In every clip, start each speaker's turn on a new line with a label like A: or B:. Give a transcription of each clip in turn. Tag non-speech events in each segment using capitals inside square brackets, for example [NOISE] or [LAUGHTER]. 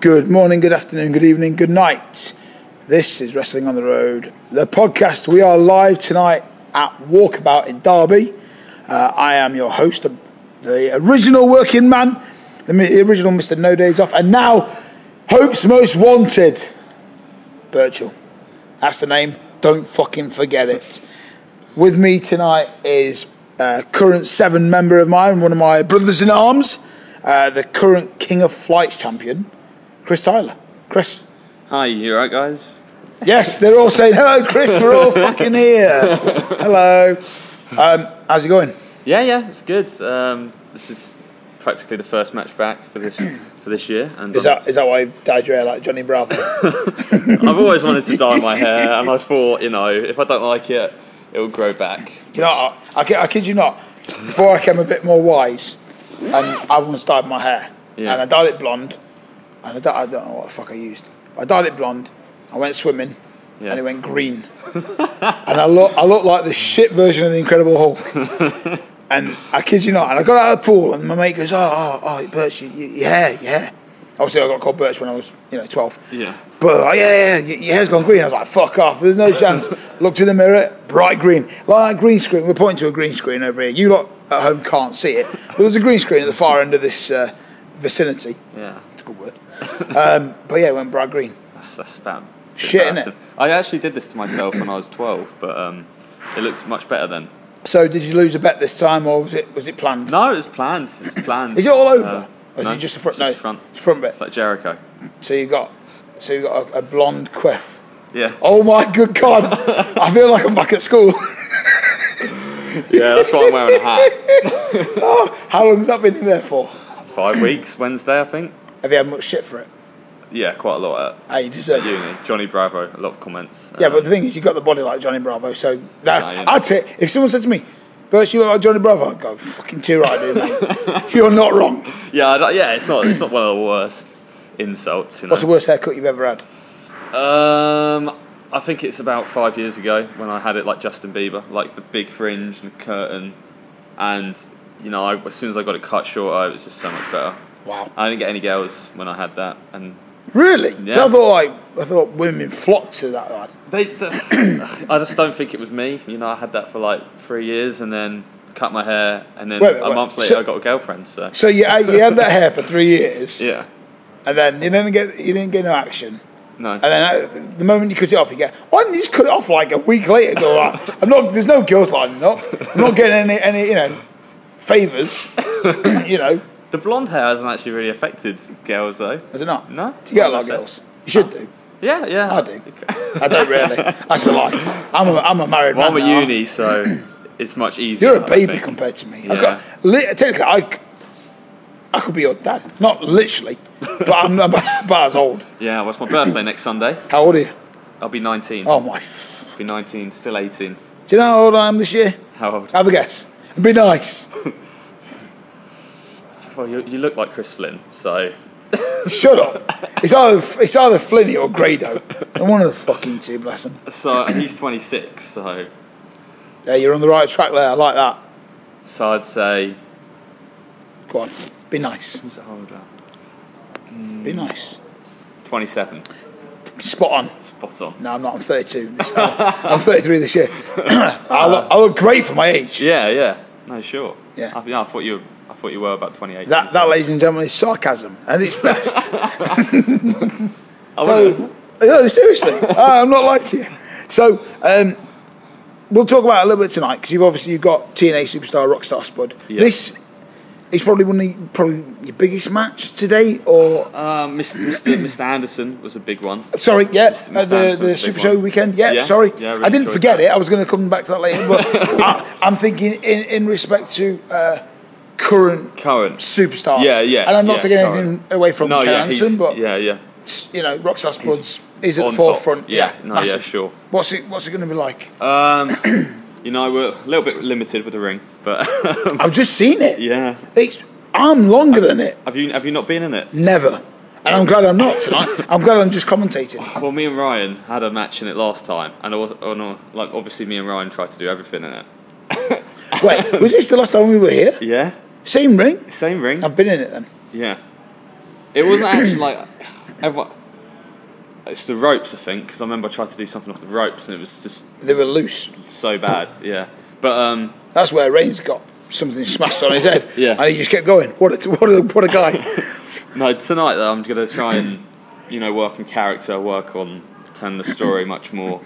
A: Good morning, good afternoon, good evening, good night. This is Wrestling on the Road, the podcast. We are live tonight at Walkabout in Derby. Uh, I am your host, the, the original working man, the, mi- the original Mr. No Days Off, and now Hope's Most Wanted, Birchall. That's the name. Don't fucking forget it. With me tonight is a current seven member of mine, one of my brothers in arms, uh, the current King of Flights champion, Chris Tyler. Chris.
B: Hi, you alright, guys?
A: Yes, they're all saying hello, Chris. We're [LAUGHS] all fucking here. Hello. Um, how's it going?
B: Yeah, yeah, it's good. Um, this is practically the first match back for [COUGHS] this for this year, and
A: Is that is that why you dyed your hair like Johnny Bravo?
B: I've always wanted to dye my hair, and I thought, you know, if I don't like it, it will grow back.
A: [LAUGHS] you know, I, I, kid, I kid you not. Before I became a bit more wise, and I once dyed my hair,
B: Yeah.
A: and I dyed it blonde, and I, di- I don't know what the fuck I used. I dyed it blonde. I went swimming,
B: Yeah.
A: and it went [LAUGHS] green, and I look I looked like the shit version of the Incredible Hulk. and I kid you not, and I got out of the pool, and my mate goes, "Oh, oh, oh Birch, you, you, your hair, your hair." Obviously, I got called Birch when I was, you know, twelve.
B: Yeah.
A: But oh, yeah, yeah, yeah, your hair's gone green. I was like, fuck off. There's no
B: [LAUGHS]
A: chance. Looked in the mirror, bright green. Like that green screen. We're pointing to a green screen over here. You lot at home can't see it, but there's a green screen at the far end of this uh, vicinity.
B: Yeah,
A: It's a good
B: [LAUGHS]
A: word. Um, but yeah, it went bright green.
B: that's, that's about
A: Shit, innit?
B: embarrassing. I actually did this to myself when I was twelve, but um, it looked much better then.
A: So did you lose a bet this time, or was it was it planned?
B: No, it's planned. It's planned.
A: Is it all over?
B: Uh,
A: or is
B: no,
A: it just the front?
B: it's just
A: no,
B: the front.
A: front bit.
B: It's like Jericho.
A: So you got, so you got a, a blonde quiff.
B: Yeah,
A: Oh my good god!
B: [LAUGHS]
A: I feel like I'm back at school. [LAUGHS]
B: yeah, that's why I'm wearing a hat.
A: [LAUGHS] How long's that been in there for?
B: Five weeks, Wednesday, I think.
A: Have you had much shit for it?
B: Yeah, quite a lot uh,
A: Hey, you deserve
B: at
A: it.
B: uni. Johnny Bravo, a lot of comments.
A: Yeah, but the thing is, you got the body like Johnny Bravo, so that,
B: Nah, yeah.
A: I'd say if someone said to me, "Birch, you look like Johnny Bravo," I'd go, "Fucking tear right, dude.
B: [LAUGHS]
A: mate. You're not wrong."
B: Yeah, I don't- yeah, it's not it's not one of the worst insults. You know?
A: What's the worst haircut you've ever had?
B: um, I think it's about five years ago when I had it like Justin Bieber, like the big fringe and curtain, and you know, I, as soon as I got it cut short, I, it was just so much better.
A: Wow.
B: I didn't get any girls when I had that, and
A: Really?
B: Yeah.
A: I thought like I thought women flocked to that lad.
B: they, the, [COUGHS] I just don't think it was me. You know, I had that for like three years, and then cut my hair, and then
A: Wait, wait,
B: a
A: wait.
B: month later,
A: So-
B: I got a girlfriend. So
A: So you had, you had that hair for three years,
B: yeah,
A: and then you didn't get you didn't get no action.
B: no.
A: And then uh, the moment you cut it off, you get, why didn't you just cut it off like a week later? Go,
B: [LAUGHS]
A: like, I'm not, there's no girls lining up. I'm not getting any, any you know, favours. [COUGHS] you know,
B: The blonde hair hasn't actually really affected girls though.
A: is it not?
B: No.
A: Do you get a lot of
B: That's it.
A: girls? You should do.
B: Yeah, yeah.
A: I do. I don't really. That's a lie. I'm a, I'm a married
B: Well, I'm
A: man.
B: at
A: now. [CLEARS THROAT]
B: uni, so it's much easier.
A: You're a
B: I
A: baby
B: think.
A: compared to me. I've
B: Yeah.
A: got, li- technically, I, c- I could be your dad. Not literally, but I'm [LAUGHS] about as old.
B: Yeah, well, it's my birthday next Sunday.
A: How old are you?
B: I'll be 19.
A: Oh, my. F-
B: I'll be 19, still 18.
A: do you know how old I am this year?
B: How old?
A: Have a guess. Be nice.
B: Well, you, you look like Chris Flynn, so
A: Shut up. It's either it's either Flinny or Grado. And one of the fucking two, bless him.
B: so and he's 26, so
A: Yeah, you're on the right track there. I like that.
B: so I'd say
A: Go on. Be nice.
B: who's older?
A: Be nice.
B: 27.
A: Spot on.
B: Spot on.
A: No, I'm not. I'm 32. This- I'm 33 this year. [COUGHS] I, look, I look great for my age.
B: Yeah, yeah. No, sure.
A: Yeah.
B: I, yeah, I thought you. Were, I thought you were about 28.
A: That, that, ladies and gentlemen, is sarcasm and it's best.
B: I wouldn't-
A: no,
B: [LAUGHS]
A: seriously, I- I'm not lying to you. So, um, we'll talk about it a little bit tonight because you've obviously you've got TNA superstar Rockstar Spud.
B: Yeah.
A: This is probably one of the, probably your biggest match today, or
B: Um, Mr. Mr. Mr. Anderson was a big one.
A: Sorry, yeah,
B: Mr.
A: uh, the,
B: Anderson,
A: the
B: big
A: Super
B: one.
A: Show weekend. Yeah,
B: Yeah,
A: sorry,
B: yeah, I really
A: I didn't
B: enjoyed
A: forget
B: that.
A: it. I was going to come back to that later,
B: [LAUGHS]
A: but I, I'm thinking in, in respect to uh, current
B: Current.
A: superstars.
B: Yeah, yeah,
A: And I'm not
B: yeah,
A: taking
B: current.
A: anything away from
B: No,
A: Ken
B: yeah, he's,
A: Anderson, but
B: yeah, yeah.
A: you know, Rockstar Spuds is at the
B: on top.
A: forefront.
B: Yeah, no, yeah,
A: massive.
B: sure.
A: What's it? What's it going to be like?
B: Um, you know, we're a little bit limited with the ring, but [LAUGHS]
A: I've just seen it.
B: yeah.
A: It's I'm longer than it.
B: Have you have you not been in it?
A: Never. And I'm glad I'm
B: [LAUGHS]
A: not tonight. I'm glad I'm just commentating.
B: Well, me and Ryan had a match in it last time, and I was, oh no, like obviously me and Ryan tried to do everything in it.
A: Wait, was this the last time we were here?
B: Yeah,
A: Same ring. Um,
B: same ring.
A: I've been in it then.
B: Yeah, it wasn't actually like [SIGHS] everyone. It's the ropes, I think, because I remember I tried to do something off the ropes and it was just
A: They were loose.
B: so bad. Yeah, but um,
A: That's where Reigns got something smashed on his head.
B: [LAUGHS] Yeah.
A: And he just kept going. What a, what a, what a guy. [LAUGHS]
B: no, tonight though I'm gonna try and you know work on character, work on telling the story much more.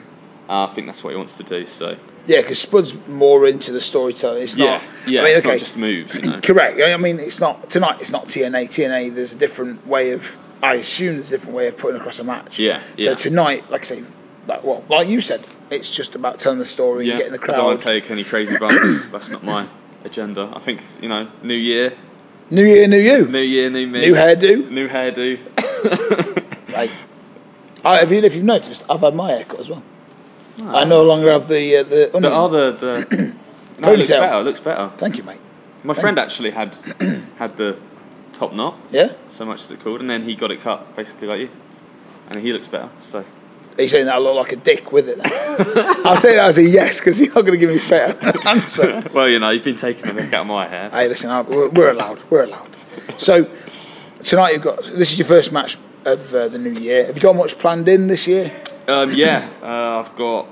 B: Uh, I think that's what he wants to do. So
A: yeah, because Spud's more into the storytelling. It's
B: yeah,
A: not.
B: yeah,
A: I mean,
B: it's
A: okay.
B: not just moves. You know.
A: Correct. I mean, it's not tonight. It's not TNA. TNA. There's a different way of. I assume there's a different way of putting across a match.
B: Yeah,
A: So
B: yeah.
A: tonight, like I say, like well, like you said, it's just about telling the story
B: Yeah,
A: and getting the
B: I don't want
A: crowd.
B: to take any crazy bumps. That's not my agenda. I think you know, new year,
A: new year, new you,
B: new year, new me,
A: new hairdo.
B: new hairdo.
A: Like, I, if, you, if you've noticed, I've had my haircut as well. I no longer have the uh, the.
B: The
A: onion. [CLEARS THROAT]
B: other the no, it looks
A: Ponytail.
B: better. It looks better.
A: Thank you, mate.
B: My friend actually had had the top knot,
A: Yeah.
B: so much as it called, and then he got it cut basically like you, and he looks better. So
A: Are you saying that I look like a dick with
B: [LAUGHS]
A: it? I'll take that as a yes because you're not going to give me a
B: [LAUGHS]
A: fair answer.
B: well, you know, you've been taking the mick out of my hair.
A: Hey, listen, I- we're, we're allowed. We're allowed. So tonight you've got this is your first match of uh, the new year. Have you got much planned in this year?
B: Um, yeah, uh, I've got.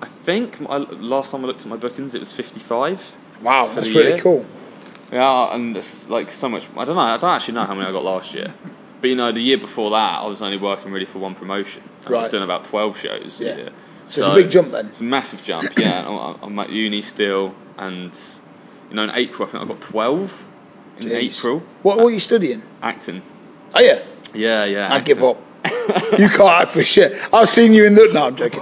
B: I think my, last time I looked at my bookings, it was fifty-five.
A: Wow,
B: For
A: that's
B: the
A: really
B: year?
A: cool.
B: Yeah, and it's like so much. I don't know. I don't actually know how many I got last year. But you know, the year before that, I was only working really for one promotion. I
A: Right.
B: was doing about twelve shows. a
A: Yeah.
B: year.
A: So it's a big jump then.
B: It's a massive jump. Yeah,
A: [COUGHS]
B: and I'm- I'm at uni still, and you know, in April I think I got twelve. In
A: Jeez.
B: April,
A: What, what are you studying?
B: acting.
A: Oh yeah,
B: Yeah, yeah.
A: I give up.
B: acting.
A: you can't act for shit. I've seen you in the. No, I'm
B: [LAUGHS]
A: joking.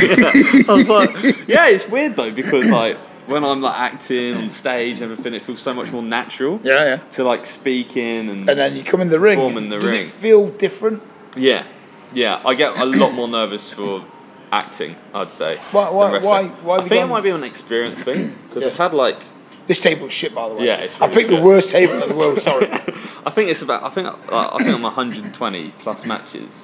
B: I
A: [LAUGHS]
B: was like, yeah, it's weird though because like when I'm like acting on stage and everything, it feels so much more natural.
A: Yeah, yeah.
B: To like speaking and
A: And then you come in the ring.
B: Form in the
A: Does
B: ring.
A: it feel different?
B: Yeah, yeah. I get a lot more nervous for acting. I'd say.
A: Why- why-
B: than wrestling.
A: why- why have
B: I
A: you
B: think
A: gone-
B: it might be an experience thing because
A: Yeah.
B: I've had like.
A: This table's shit, by the way.
B: Yeah, it's
A: I
B: really
A: picked the
B: shit.
A: worst table in the world.
B: [LAUGHS]
A: Sorry.
B: I think it's about. I think like, I think I'm 120 plus matches,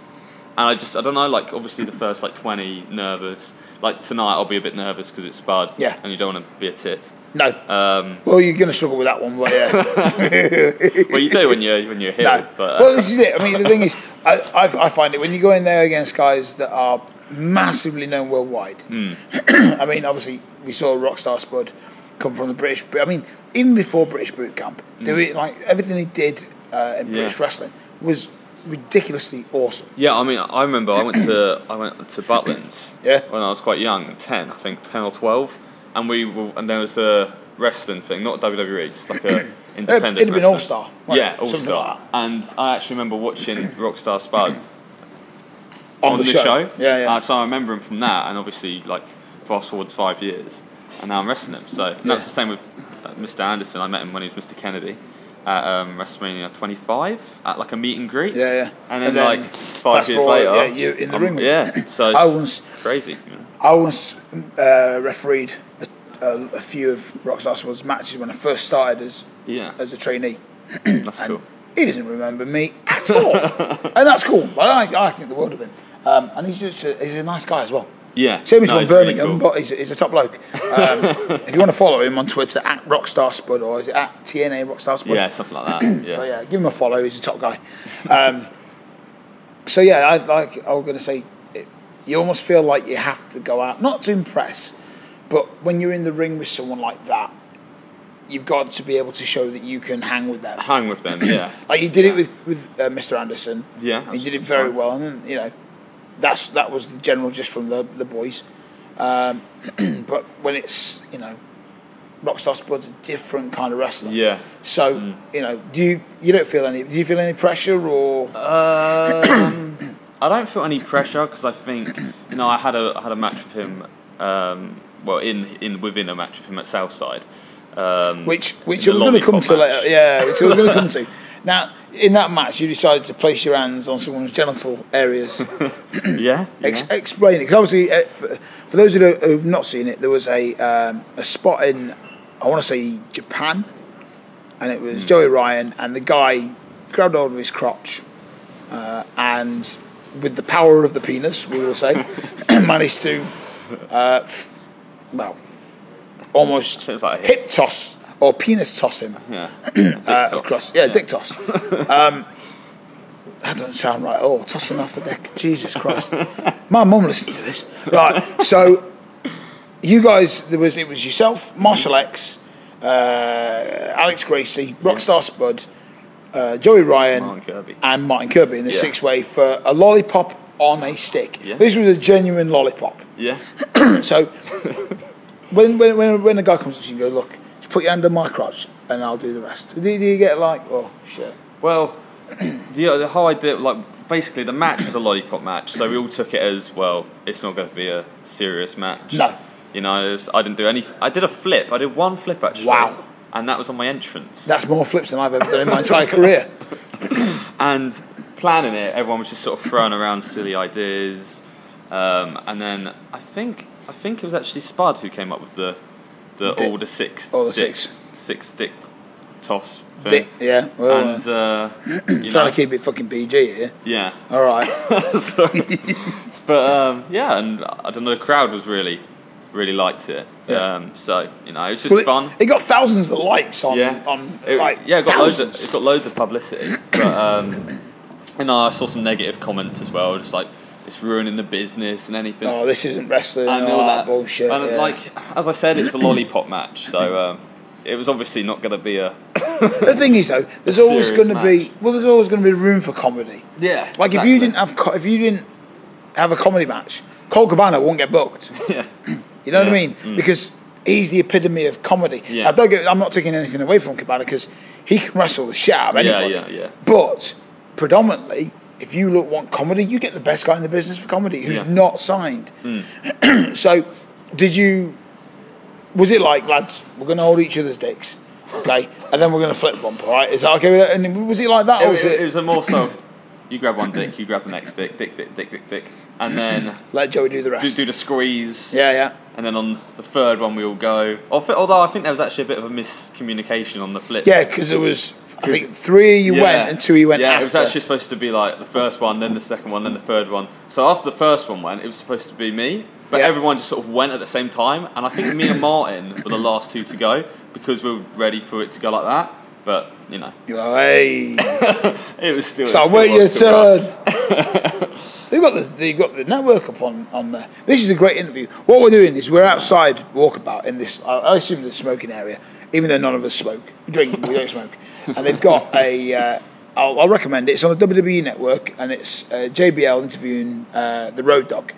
B: and I just I don't know. Like obviously the first like 20 nervous. Like tonight I'll be a bit nervous because it's Spud.
A: Yeah.
B: And you don't want to be a tit.
A: No.
B: Um,
A: well, you're going to struggle with that one, but
B: [LAUGHS]
A: yeah.
B: Well, you do when you are
A: [LAUGHS]
B: when you're here.
A: no.
B: But uh,
A: well, this is it. I mean, the thing is, I, I, I find it when you go in there against guys that are massively known worldwide.
B: Hmm.
A: [CLEARS THROAT] I mean, obviously, we saw Rockstar Spud come from the British. I mean, even before British Boot Camp,
B: Hmm.
A: there were, like everything he did uh, in British wrestling was ridiculously awesome.
B: Yeah, I mean, I remember I went
A: [COUGHS]
B: to I went to Butlins.
A: Yeah.
B: When I was quite young, ten, I think ten or twelve, and we were, and there was a wrestling thing, not WWE, just like a independent.
A: it'd have been
B: wrestling.
A: All-Star, wasn't
B: Yeah,
A: it?
B: All
A: Something
B: Star.
A: like that.
B: and I actually remember watching Rockstar Spud
A: On
B: on
A: the
B: the,
A: show.
B: show.
A: Yeah, yeah.
B: Uh, so I remember him from that, and obviously, like fast forwards five years, and now I'm wrestling him. So and that's the same with uh, Mr. Anderson. I met him when he was Mr. Kennedy. At um, WrestleMania 25, at like a meet and greet.
A: Yeah, yeah.
B: And then,
A: And then
B: like five
A: fast
B: years
A: forward,
B: later,
A: yeah, you're in the
B: I'm-
A: ring with
B: Yeah, so
A: I
B: it's
A: was-
B: crazy. you know.
A: [CLEARS THROAT] I once uh, refereed a, a, a few of Rockstar Spud's matches when I first started as
B: Yeah,
A: as a trainee.
B: that's cool.
A: He doesn't remember me at all, and that's cool. But I, I think the world of him. Um, and he's just a, he's a nice guy as well.
B: Yeah,
A: Same as
B: no,
A: from
B: it's really
A: Birmingham,
B: cool.
A: but he's, he's a top bloke.
B: [LAUGHS]
A: Um, if you want to follow him on Twitter, at Rockstar Spud, or is it at TNA Rockstar Spud?
B: yeah, something like
A: [CLEARS THROAT]
B: that.
A: But
B: Yeah,
A: Oh, yeah, give him a follow. He's a top guy. Um, so yeah, I like. I was going to say, it, you almost feel like you have to go out not to impress, but when you're in the ring with someone like that, you've got to be able to show that you can hang with them.
B: hang with them. Yeah,
A: Like you did it with with uh, Mr. Anderson.
B: Yeah,
A: you did it
B: that's
A: very
B: fine.
A: well, and you know, that's that was the general just from the the boys. Um, [CLEARS THROAT] but when it's you know, Rockstar Spud's a different kind of wrestler.
B: yeah. Mm.
A: So you know, do you you don't feel any? Do you feel any pressure or?
B: Um, I don't feel any pressure because I think you know I had a I had a match with him. Um, well, in in within a match with him at Southside. Um,
A: which which I
B: the
A: was going to come
B: lollipop
A: to
B: match.
A: later. Yeah, which I was going to come to. [LAUGHS] Now, in that match, you decided to place your hands on someone's genital areas.
B: yeah,
A: Mm. Ex-
B: yeah.
A: Explain it, because obviously, uh, for, for those who don't- who have not seen it, there was a um, a spot in I want to say Japan, and it was Joey Ryan, and the guy grabbed hold of his crotch, uh, and with the power of the penis, we will say, [COUGHS] managed to, uh, f- well, almost
B: Sounds like a hip.
A: hip toss or penis toss him
B: Yeah.
A: [CLEARS THROAT] uh,
B: Dick toss. [LAUGHS]
A: across. Yeah, dick toss. um, That doesn't sound right at all. Tossing off the deck. Jesus
B: [LAUGHS]
A: Christ. My mum listens to this. Right. So you guys, there was it was yourself, Marshall X, uh, Alex Gracie, Rockstar Spud, uh, Joey Ryan,
B: Martin Kirby.
A: and Martin Kirby in a
B: Yeah.
A: six way for a lollipop on a stick.
B: Yeah.
A: This was a genuine lollipop.
B: Yeah.
A: So when, when when when the guy comes up to you and goes, look, just put your hand on my crotch and I'll do the rest. Do, do you get like, oh shit?
B: Well, the, the whole idea, like, basically the match was a lollipop match, so we all took it as, well, it's not going to be a serious match.
A: No.
B: You know, it was- I didn't do any. I did a flip. I did one flip, actually.
A: Wow.
B: And that was on my entrance.
A: That's more flips than I've ever done in my entire
B: [LAUGHS]
A: career.
B: and planning it, everyone was just sort of throwing around silly ideas. Um, and then I think I think it was actually Spud who came up with the the
A: Dick.
B: all the six
A: All the
B: dick-
A: six.
B: six dick toss
A: Dick,
B: thing.
A: yeah. Well,
B: And uh, you
A: trying
B: know,
A: to keep it fucking PG here.
B: yeah. [LAUGHS]
A: All right.
B: Sorry. but um, yeah, and I don't know, the crowd was really, really liked it.
A: Yeah.
B: Um, so you know, it was just
A: Well, it,
B: fun.
A: it got thousands of likes on
B: yeah,
A: on
B: it,
A: like
B: yeah, it got loads. Of,
A: thousands.
B: it got loads of publicity. But um, and I saw some negative comments as well, just like it's ruining the business and anything.
A: oh, this isn't wrestling and,
B: and
A: all, that, bullshit.
B: And
A: yeah.
B: like as I said, it was a lollipop match, so um, it was obviously not going to be a
A: the thing is though,
B: [LAUGHS]
A: there's always
B: serious
A: going to be well, there's always going to be room for comedy.
B: yeah.
A: Like if you didn't have co- if you didn't have a comedy match, Cole Cabana won't get booked.
B: yeah,
A: [LAUGHS] You know what I
B: Yeah. Mm.
A: mean? Because he's the epitome of comedy.
B: Yeah.
A: Now, don't get, I'm not taking anything away from Cabana because he can wrestle the shit out of
B: Yeah,
A: anybody.
B: yeah, yeah.
A: But predominantly, if you look want comedy, you get the best guy in the business for comedy who's
B: Yeah. Mm.
A: not signed. [CLEARS THROAT] so, did you? Was it like lads? We're going to hold each other's dicks, okay, and then we're going to flip bump. All right, is that okay with that? And was it like that?
B: it,
A: or was
B: it-
A: it,
B: it was a more so of you grab one dick, you grab the next dick, dick, dick, dick, dick, dick, and then
A: let Joey do the
B: do,
A: rest?
B: do the squeeze.
A: yeah, yeah.
B: And then on the third one, we all go. Alth- Although I think there was actually a bit of a miscommunication on the flip.
A: Yeah, because it was I think three you
B: Yeah.
A: went and two he went
B: Yeah,
A: after.
B: it was actually supposed to be like the first one, then the second one, then the third one. So after the first one went, it was supposed to be me, but
A: Yeah.
B: everyone just sort of went at the same time. And I think me and Martin were the last two to go because we were ready for it to go like that. But you know,
A: You go, hey,
B: it was still. it
A: so
B: still
A: wait your
B: was still rough.
A: turn.
B: [LAUGHS]
A: they've got the they've got the network up on, on there. This is a great interview. What we're doing is we're outside walkabout in this. I, I assume the smoking area, even though none of us smoke. We drink, we
B: [LAUGHS]
A: don't smoke. And they've got a. Uh, I'll, I'll recommend it. It's on the WWE network, and it's uh, JBL interviewing uh, the Road Dog.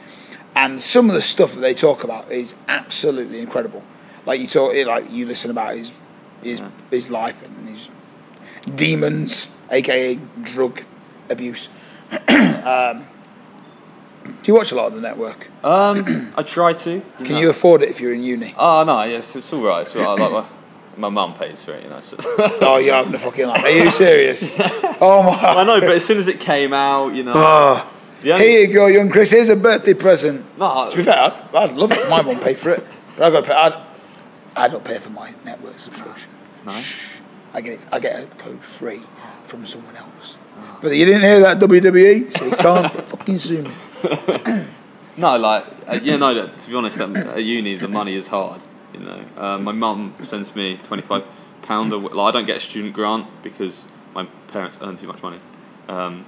A: And some of the stuff that they talk about is absolutely incredible. Like you talk, like you listen about his his his life and his demons, aka drug abuse. [CLEARS THROAT] Um, Do you watch a lot on the network?
B: Um, I try to.
A: Can you afford it if you're in
B: [LAUGHS]
A: uni?
B: Oh no, yes, it's all right. It's all right. Like my, my mum pays for it, you know. So. [LAUGHS]
A: Oh, you're having a fucking laugh. Are you serious? Oh my.
B: I know, but as soon as it came out, you know,
A: Oh.
B: the only,
A: Here you go, young Chris. Here's a birthday present.
B: no,
A: To be fair, I'd, I'd love it. if My mum paid for it, but I've got to pay. I'd, I don't pay for my network subscription.
B: nice.
A: I get it. I get a code free from someone else.
B: Oh.
A: But you didn't hear that WWE, so you
B: [LAUGHS]
A: can't fucking sue me.
B: no, like uh, yeah, no. that- To be honest, at, at uni the money is hard. You know, uh, my mum sends me twenty five pound. a w- Like, I don't get a student grant because my parents earn too much money. Um,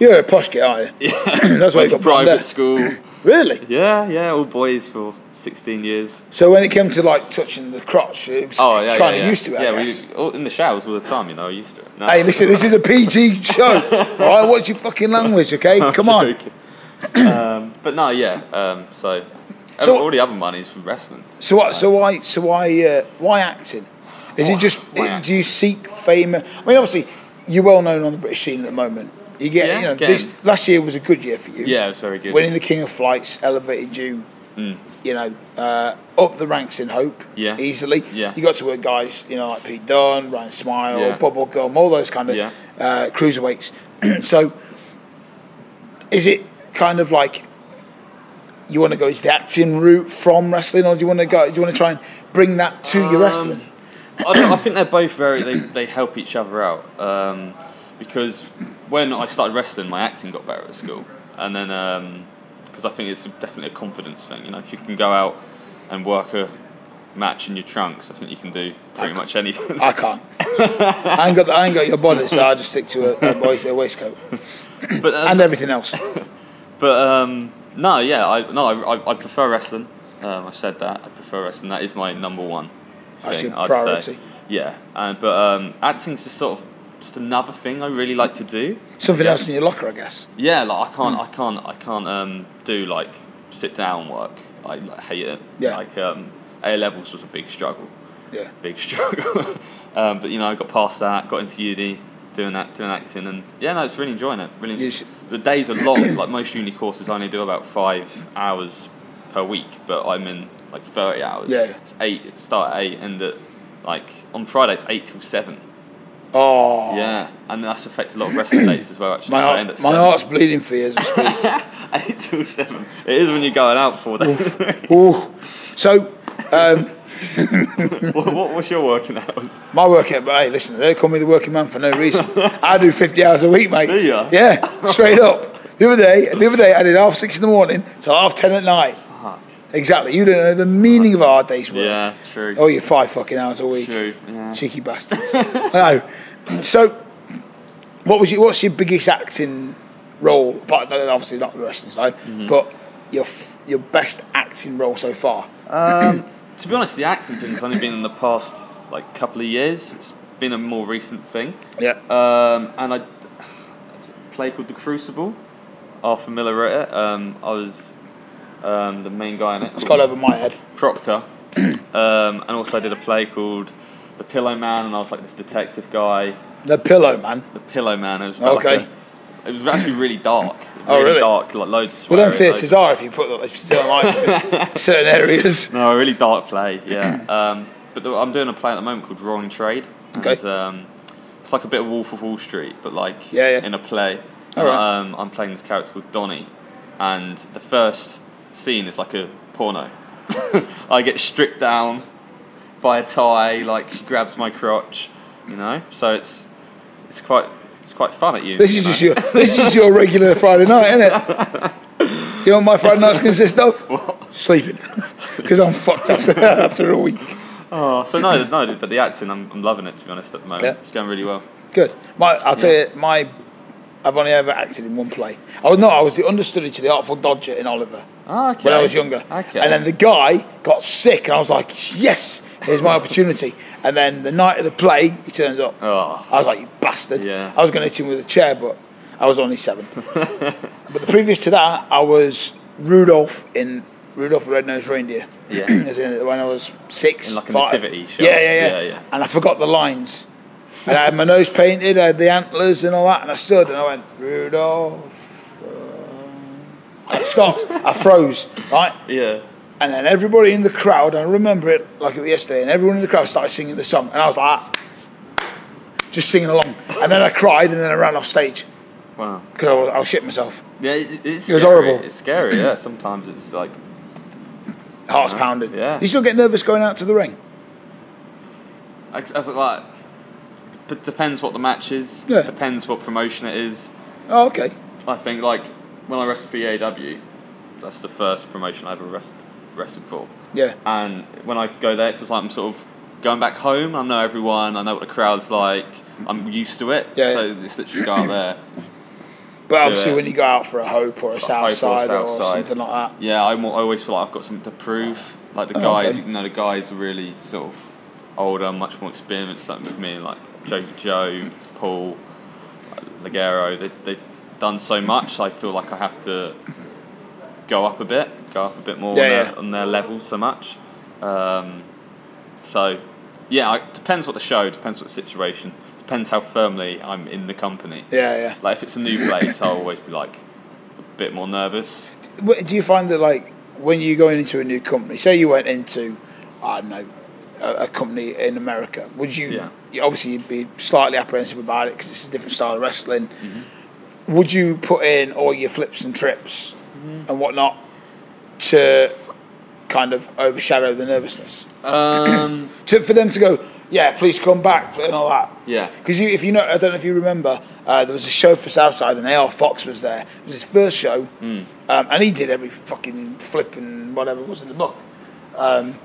A: You're a posh kid, aren't you? [CLEARS THROAT] That's why it's
B: went to
A: got blonde hair.
B: private school.
A: Really?
B: Yeah, yeah, all boys for sixteen years.
A: So when it came to like touching the crotch, it was
B: Oh yeah, yeah,
A: kind of
B: yeah.
A: used to it. I
B: Yeah,
A: guess.
B: we all in the showers all the time. You know, I used to it. No.
A: Hey, listen, this is a PG
B: [LAUGHS]
A: show. All right, what's your fucking language, okay? Come on.
B: Joking. um, but no, yeah. Um, so,
A: So-
B: all the other money is from wrestling.
A: So what? So why? So why? Uh, why acting? Is it just?
B: Why
A: it-
B: acting?
A: do you seek fame? I mean, obviously, you're well known on the British scene at the moment. You get,
B: Yeah,
A: you know,
B: again.
A: this, last year was a good year for you.
B: Yeah, it was very good.
A: Winning the King of Flights elevated you. You know, uh, up the ranks in hope.
B: Yeah.
A: Easily.
B: Yeah.
A: You got to work guys, you know, like Pete Dunne, Ryan Smile,
B: Yeah.
A: Bob Gum, all those kind of
B: Yeah.
A: uh, cruiserweights. [CLEARS THROAT] so, is it kind of like you want to go into the acting route from wrestling, or do you want to go? Do you want to try and bring that to
B: Um,
A: your wrestling?
B: I, don't- I think they're both very. They, they help each other out um, because when I started wrestling, my acting got better at school, and then um, because I think it's definitely a confidence thing. You know, if you can go out and work a match in your trunks, I think you can do pretty much anything.
A: I can't. I ain't got the, I ain't got your body, so I just stick to a, a, boys, a waistcoat
B: [LAUGHS] but um,
A: and everything
B: [LAUGHS]
A: else.
B: but um, no, yeah, I no, I, I, I prefer wrestling. Um, I said that I prefer wrestling. That is my number one thing.
A: That's your
B: I'd
A: priority.
B: say. Yeah, uh, but um, acting's just sort of just another thing I really like to do.
A: Something
B: Yeah.
A: else in your locker, I guess.
B: Yeah, like I
A: Hmm.
B: can't, I can't, I can't um, do like sit down work. I like, hate it.
A: Yeah.
B: Like um, A levels was a big struggle,
A: Yeah.
B: big [LAUGHS] struggle. um, but you know, I got past that, got into uni, doing that, doing acting, and yeah, no, it's really enjoying it. Really,
A: You should-
B: the days are
A: [COUGHS]
B: long. like most uni courses, I only do about five hours per week, but I'm in like thirty hours.
A: Yeah.
B: It's eight. Start at eight, end at like on Friday it's eight till seven.
A: Oh,
B: Yeah, and that's affected a lot of wrestling days as well. Actually,
A: my
B: So I end at
A: heart's, my
B: seven.
A: heart's bleeding for you as we
B: [LAUGHS]
A: speak.
B: Eight till seven. It is when you're going out for that.
A: Ooh. So, um,
B: [LAUGHS] what, what, what's your working hours?
A: my workout, but hey, listen, they call me the working man for no reason.
B: [LAUGHS]
A: I do 50 hours a week, mate.
B: Do ya? [LAUGHS]
A: Yeah, straight up. The other day, the other day, I did half six in the morning till half ten at night.
B: Fuck.
A: Exactly. You don't know the meaning of our day's work.
B: Yeah, true.
A: Oh, you're five fucking hours a week.
B: true. Yeah.
A: Cheeky
B: [LAUGHS]
A: bastards. I know. So, what was your, what's your biggest acting role? Apart, no, obviously not the wrestling side,
B: Mm-hmm.
A: but your f- your best acting role so far.
B: To be honest, the acting thing has only been in the past like couple of years. It's been a more recent thing.
A: Yeah.
B: Um, and I a play called The Crucible. Arthur Miller wrote it. Um, I was um, the main guy in it.
A: It's gone over my head.
B: Proctor, um, and also I did a play called The Pillow Man, and I was like this detective guy.
A: The pillow, man.
B: The Pillow Man. It was about like
A: Okay.
B: a- it was actually really dark.
A: [LAUGHS] Oh, really?
B: dark, like loads of
A: Well,
B: swearing.
A: them theatres
B: like-
A: are if you put if you don't like [LAUGHS] those certain areas.
B: No, a really dark play. Yeah. [CLEARS THROAT] um, but the, I'm doing a play at the moment called Roaring Trade.
A: Okay.
B: And, um, it's like a bit of Wolf of Wall Street, but like
A: Yeah, yeah.
B: in a play.
A: All
B: And,
A: right.
B: um, I'm playing this character called Donnie, and the first scene is like a porno. [LAUGHS] I get stripped down by a tie, like she grabs my crotch, you know. So it's it's quite it's quite fun at you.
A: This
B: you
A: is
B: know?
A: just your this is your regular Friday night, isn't it? Do you know what my Friday nights consist of? What? Sleeping, [LAUGHS] because I'm fucked after [LAUGHS] after a week.
B: Oh, so no, no, but the acting, I'm, I'm loving it to be honest at the moment.
A: Yeah.
B: It's going really well.
A: Good. My, I'll tell you, my I've only ever acted in one play. I was no, I was the understudy to the Artful Dodger in Oliver
B: Oh, okay.
A: when I was younger.
B: Okay.
A: And then the guy got sick, and I was like, yes, here's my opportunity. And then the night of the play, he turns up.
B: Oh.
A: I was like, you bastard.
B: Yeah.
A: I was going to hit him with a chair, but I was only
B: [LAUGHS]
A: seven. but the previous to that, I was Rudolph in Rudolph the Red-Nosed Reindeer.
B: Yeah.
A: [CLEARS THROAT] As in, when I was six.
B: In like a
A: five.
B: nativity show.
A: Yeah, yeah, yeah,
B: Yeah, yeah.
A: And I forgot the lines. And I had my nose painted, I had the antlers and all that, and I stood and I went, Rudolph. uh," I stopped, I froze, right?
B: yeah.
A: And then everybody in the crowd, and I remember it like it was yesterday, and everyone in the crowd started singing the song, and I was like, "Ah," just singing along. And then I cried, and then I ran off stage
B: Wow.
A: because I was, I was shitting myself.
B: Yeah, it,
A: It
B: it's
A: was
B: scary.
A: horrible.
B: It's scary. Yeah, sometimes it's like
A: Heart's pounding.
B: Yeah.
A: You still get nervous going out to the ring?
B: as as like d- depends what the match is.
A: Yeah.
B: Depends what promotion it is.
A: Oh, okay.
B: I think like when I wrestled for EAW, that's the first promotion I ever wrestled, wrestled for.
A: Yeah.
B: And when I go there, it feels like I'm sort of going back home. I know everyone. I know what the crowd's like. I'm used to it.
A: Yeah,
B: so
A: yeah.
B: it's literally go out there.
A: But obviously,
B: Yeah.
A: when you go out for a hope or a south
B: hope or a
A: side or,
B: south side.
A: something like that,
B: Yeah, I'm, I always feel like I've got something to prove. Like the
A: Oh,
B: guy,
A: okay.
B: you know, the guys are really sort of older, much more experienced than with me. Like Joe, Joe, Paul, Ligero, they, they've done so much. I feel like I have to go up a bit, go up a bit more
A: Yeah,
B: on,
A: yeah.
B: Their, on their level so much. Um, so, yeah, it depends what the show, depends what the situation, depends how firmly I'm in the company.
A: yeah, yeah.
B: Like if it's a new place, I'll always be like a bit more nervous.
A: Wh- Do you find that like when you're going into a new company, say you went into, I don't know, a, a company in America, would you,
B: Yeah.
A: you obviously you'd be slightly apprehensive about it because it's a different style of wrestling. Would you put in all your flips and trips and whatnot to kind of overshadow the nervousness?
B: Um,
A: To, for them to go, yeah, please come back and all that.
B: [COUGHS] Yeah.
A: Because you, if you know, I don't know if you remember, uh, there was a show for Southside and AR Fox was there. It was his first show, um, and he did every fucking flip and whatever was in the book. Um,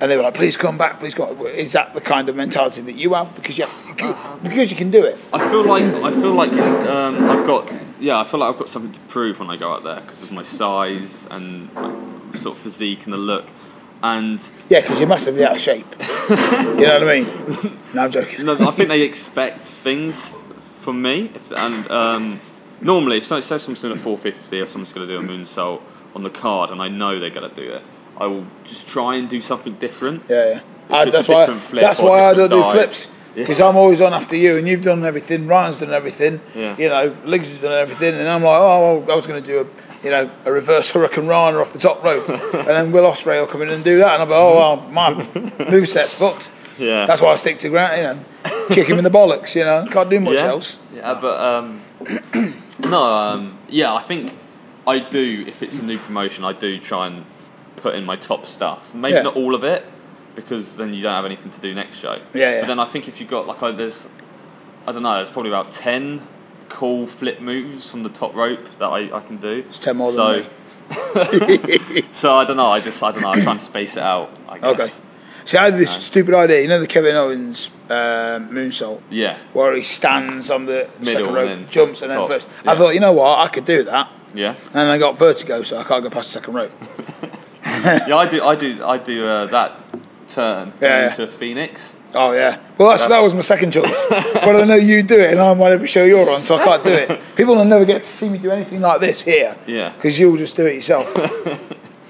A: and they were like, "Please come back, please come." Back. Is that the kind of mentality that you have because you have, because you can do it?
B: I feel like I feel like um, I've got yeah I feel like I've got something to prove when I go out there because of my size and my sort of physique and the look and
A: Yeah, because you're massively out of shape. you know what I mean? No, I'm joking.
B: no, I think they expect things from me if and um, normally if so, say someone's doing a 450 or someone's going to do a moonsault on the card and I know they're going to do it I will just try and do something different
A: Yeah, yeah. I,
B: It's a
A: that's why.
B: different flip
A: that's
B: or a
A: why I don't
B: different
A: do
B: dive.
A: flips
B: Yeah.
A: because I'm always on after you, and you've done everything. Ryan's done everything.
B: Yeah.
A: You know, Liggs has done everything, and I'm like, oh, well, I was going to do a, you know, a reverse [LAUGHS] hurricane Rana off the top
B: [LAUGHS]
A: rope, and then Will Osprey will come in and do that, and I'm like, oh, well, my moveset's fucked.
B: Yeah.
A: That's why I stick to ground. You know, kick him in the bollocks. You know, can't do much
B: yeah.
A: else.
B: Yeah, but um, [CLEARS THROAT] no, um, yeah, I think I do. If it's a new promotion, I do try and put in my top stuff. Maybe
A: Yeah.
B: not all of it, because then you don't have anything to do next show.
A: Yeah, yeah.
B: But then I think if you've got like I, there's, I don't know, there's probably about ten cool flip moves from the top rope that I, I can do. It's
A: 10 more than
B: so,
A: me.
B: [LAUGHS] so I don't know. I just I don't know. I try and space it out. I guess.
A: Okay. See, I had this stupid idea. You know the Kevin Owens um, moonsault.
B: Yeah.
A: where he stands on the second
B: and
A: rope,
B: then
A: jumps, and then
B: top.
A: flips. I
B: Yeah.
A: thought, you know what, I could do that.
B: Yeah.
A: And I got vertigo, so I can't go past the second rope.
B: Yeah. I do. I do. I do uh, that turn
A: Yeah, yeah.
B: into a phoenix.
A: Oh yeah. Well, that's, that
B: That's-
A: was my second
B: [LAUGHS]
A: choice, but I know you do it, and I'm on every show you're on, so I can't do
B: [LAUGHS]
A: it. People will never get to see me do anything like this here.
B: Yeah.
A: Because you'll just do it
B: [LAUGHS]
A: yourself.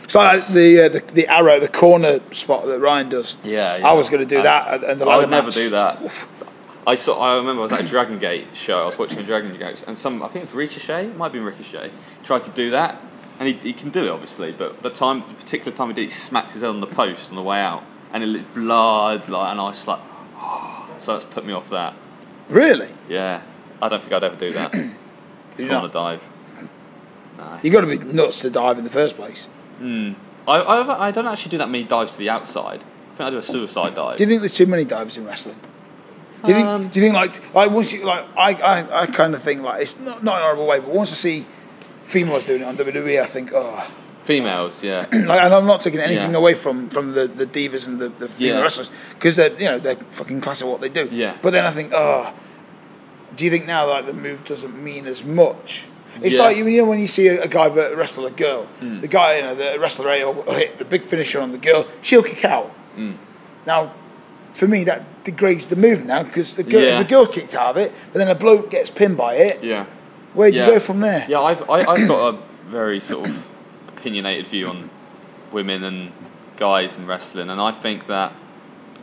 A: It's like the, uh, the the arrow, the corner spot that Ryan does.
B: Yeah,
A: I
B: yeah.
A: was going to do
B: I-
A: that, and- and the
B: I
A: ladder
B: would never
A: match.
B: do that. I saw. I remember I was at a Dragon Gate show. I was watching a Dragon Gate, and some I think it's Ricochet, it might have been Ricochet, tried to do that, and he, he can do it obviously. But the time, the particular time he did, it, he smacked his head on the post on the way out, and it lit blood. Like, and I was like, "Ah," so that's put me off that.
A: Really?
B: Yeah, I don't think I'd ever
A: [CLEARS THROAT]
B: do that.
A: You
B: on a dive. No.
A: You got to be nuts to dive in the first place.
B: I, I, I don't actually do that many dives to the outside. I think I do a suicide dive.
A: Do you think there's too many dives in wrestling? Do you think?
B: Um,
A: do you think like like once you like I I, I kind of think like it's not not in a horrible way, but once I see females doing it on WWE, I think oh,
B: Females,
A: [CLEARS THROAT]
B: yeah.
A: like, and I'm not taking anything
B: Yeah.
A: away from from the, the divas and the, the female
B: Yeah.
A: wrestlers because they're you know they're fucking class at what they do.
B: Yeah.
A: But then I think oh, do you think now like the move doesn't mean as much? It's
B: Yeah. Hmm.
A: like you know when you see a, a guy ver- wrestle a girl, the guy you know the wrestler A will will hit the big finisher on the girl, she'll kick out.
B: Hmm.
A: Now, for me, that degrades the move now because the girl,
B: Yeah.
A: the girl kicked out of it, but then a bloke gets pinned by it.
B: Yeah.
A: Where do
B: Yeah.
A: you go from there?
B: Yeah, I've I, I've got a very sort of opinionated view on women and guys in wrestling, and I think that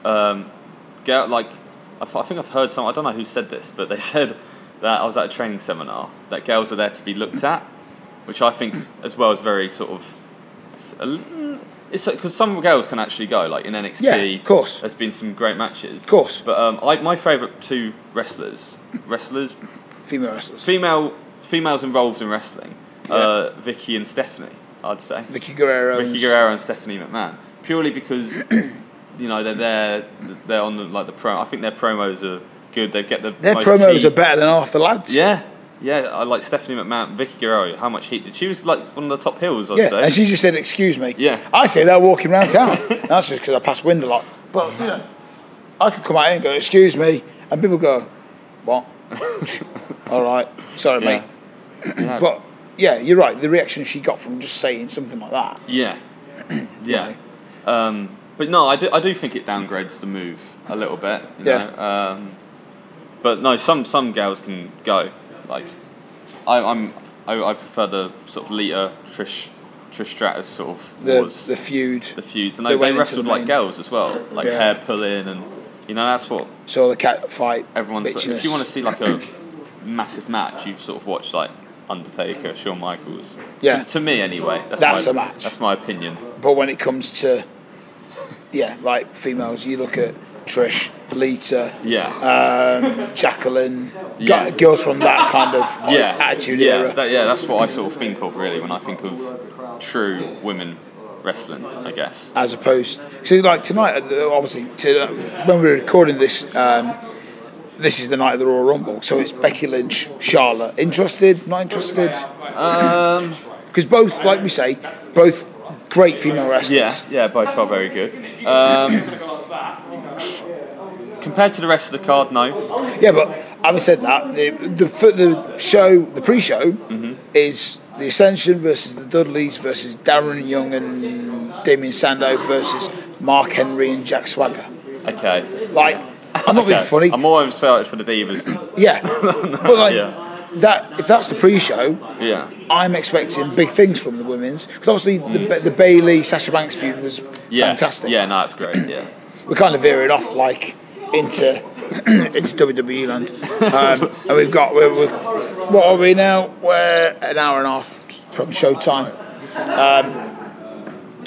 B: um, girl like I, th- I think I've heard some I don't know who said this, but they [LAUGHS] said that I was at a training seminar that girls are there to be looked at, which I think as well is very sort of it's a l- it's because some girls can actually go like in NXT.
A: Yeah, of course.
B: There's been some great matches. Of
A: course.
B: But um, I, my favourite two wrestlers, wrestlers,
A: Female wrestlers.
B: female females involved in wrestling, uh, Vicky and Stephanie, I'd say.
A: Vicky Guerrero. and-
B: Vicky Guerrero and Stephanie McMahon, purely because
A: [CLEARS THROAT]
B: you know they're there, they're on the, like the pro. I think their promos are good. They get the
A: Their
B: most
A: promos
B: heat.
A: are better than half the lads.
B: Yeah, yeah. I like Stephanie McMahon, Vicky Guerrero. How much heat did she was like one of the top heels? I'd
A: Yeah,
B: say.
A: and she just said, "Excuse me."
B: Yeah.
A: I say that walking around town. [LAUGHS] That's just because I pass wind a lot. But you know, I could come out here and go, "Excuse me," and people go,
B: [LAUGHS]
A: "What?" All right, sorry,
B: yeah.
A: mate.
B: Yeah.
A: But yeah, you're right. The reaction she got from just saying something like that. [CLEARS THROAT]
B: Yeah, yeah. Um, but no, I do, I do think it downgrades the move a little bit. You
A: Yeah.
B: Know? Um, but no, some some girls can go. Like, I, I'm I, I prefer the sort of Lita Trish Trish Stratus sort of
A: The
B: was
A: the feud.
B: the feuds, and
A: they
B: they, they,
A: went into
B: wrestled
A: the
B: like
A: main-
B: girls as well, like
A: Yeah.
B: hair pulling, and you know that's what
A: saw the cat fight.
B: everyone's. Like, if you
A: bitchiness.
B: want to see like a massive match, you've sort of watched like Undertaker, Shawn Michaels.
A: Yeah.
B: To, to me, anyway, that's,
A: That's
B: my,
A: a match.
B: That's my opinion.
A: But when it comes to, yeah, like females, you look at Trish, Lita,
B: Yeah.
A: um, Jacqueline,
B: Yeah.
A: gu- girls from that kind of like,
B: yeah,
A: attitude
B: yeah,
A: era.
B: that- yeah, that's what I sort of think of really when I think of true women wrestling. I guess.
A: as opposed so like tonight uh, the- obviously to, uh, when we're recording this um, this is the night of the Royal Rumble so it's Becky Lynch Charlotte interested not interested
B: Um,
A: because both like we say both Great female wrestlers.
B: Yeah, yeah, both are very good. Um, compared to the rest of the card, no.
A: Yeah, but having said that, the the, f- the show, the pre-show,
B: Mm-hmm.
A: is the Ascension versus the Dudleys versus Darren Young and Damien Sandow versus Mark Henry and Jack Swagger.
B: Okay.
A: Like, I'm not being
B: Okay.
A: funny.
B: I'm more excited for the divas. than- [LAUGHS]
A: yeah, but like
B: Yeah.
A: that. If that's the pre-show,
B: Yeah.
A: I'm expecting big things from the women's because obviously the the, the Bailey Sasha Banks feud was
B: Yeah.
A: fantastic.
B: Yeah, no, it's great. Yeah.
A: we're kind of veering off like into [CLEARS THROAT] into WWE land, um, and we've got we're, we're, what are we now? We're an hour and a half from showtime. Um,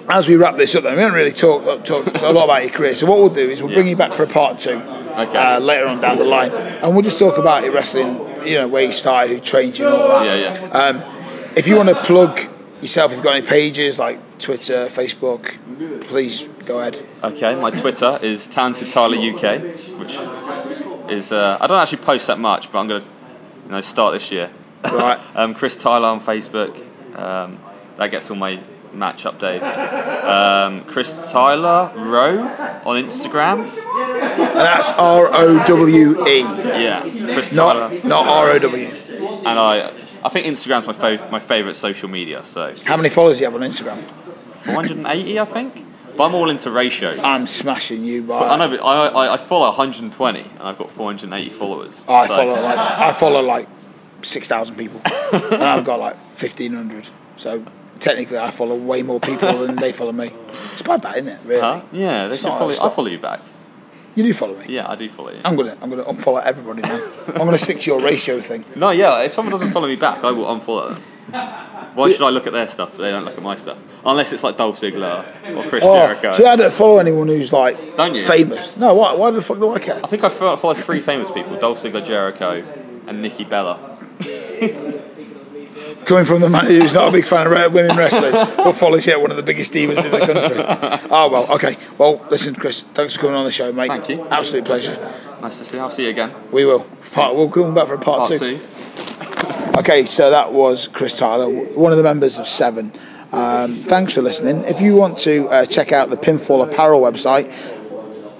A: as we wrap this up, then we haven't really talked talk a lot about your career. So what we'll do is we'll bring you back for a part two uh, later on down the line, and we'll just talk about your wrestling. You know where you started, who trained you, and all that.
B: Yeah, yeah.
A: Um, if you want to plug yourself, if you've got any pages like Twitter, Facebook, please go ahead.
B: Okay, my Twitter is talented Tyler UK, which is uh, I don't actually post that much, but I'm gonna you know start this year.
A: Right.
B: Um, Chris Tyler on Facebook. Um, that gets all my match updates. Um, Chris Tyler Rowe on Instagram.
A: And that's R O W E,
B: Yeah, Chris Tyler.
A: not not R O W. E.
B: And I, I think Instagram's my fav- my favourite social media. So
A: How many followers do you have on Instagram?
B: 180, I think. But I'm all into ratios.
A: I'm smashing you
B: I
A: by.
B: know, but I, I, I follow 120, and I've got 480 followers.
A: Oh, I
B: So-
A: follow like I follow like six thousand people, and I've got like fifteen hundred. So technically, I follow way more people than they follow me. It's bad, that isn't it? Really,
B: Huh? Yeah, they
A: It's
B: should
A: not-
B: follow.
A: it's
B: I'll
A: not-
B: follow you back.
A: you do follow me.
B: Yeah, I do follow you.
A: I'm gonna I'm gonna unfollow everybody now. I'm gonna stick to your ratio thing.
B: No, [LAUGHS] yeah. If someone doesn't follow me back, I will unfollow them. Why should I look at their stuff? but They don't look at my stuff, unless it's like Dolph Ziggler or Chris Jericho.
A: Oh, see, I don't follow anyone who's like
B: Don't you?
A: famous. No, why? Why the fuck do I care?
B: I think I fo- followed three famous people: Dolph Ziggler, Jericho, and Nikki Bella.
A: coming from the man who's not a big fan of re- women wrestling, but follows yet one of the biggest demons in the country.
B: [LAUGHS]
A: Oh well, okay. Well, listen, Chris, thanks for coming on the show, mate.
B: Thank you.
A: Absolute pleasure.
B: Nice to see. you. I'll see you again.
A: We will. Part, we'll come back for a part,
B: Part
A: two.
B: two.
A: Okay, so that was Chris Tyler, w- one of the members of Seven. Um, thanks for listening. If you want to uh, check out the Pinfall Apparel website,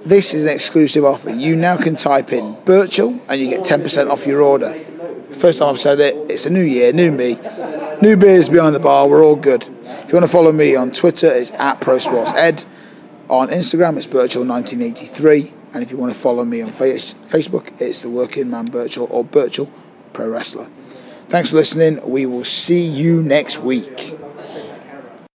A: this is an exclusive offer. You now can type in Birchall and you get 10% off your order. First time I've said it, it's a new year, new me. New beers behind the bar, we're all good. If you want to follow me on Twitter, it's at ProSportsEd. On Instagram, it's Birchall1983. And if you want to follow me on face- Facebook, it's The Working Man Birchall or Birchall Pro Wrestler. Thanks for listening. We will see you next week.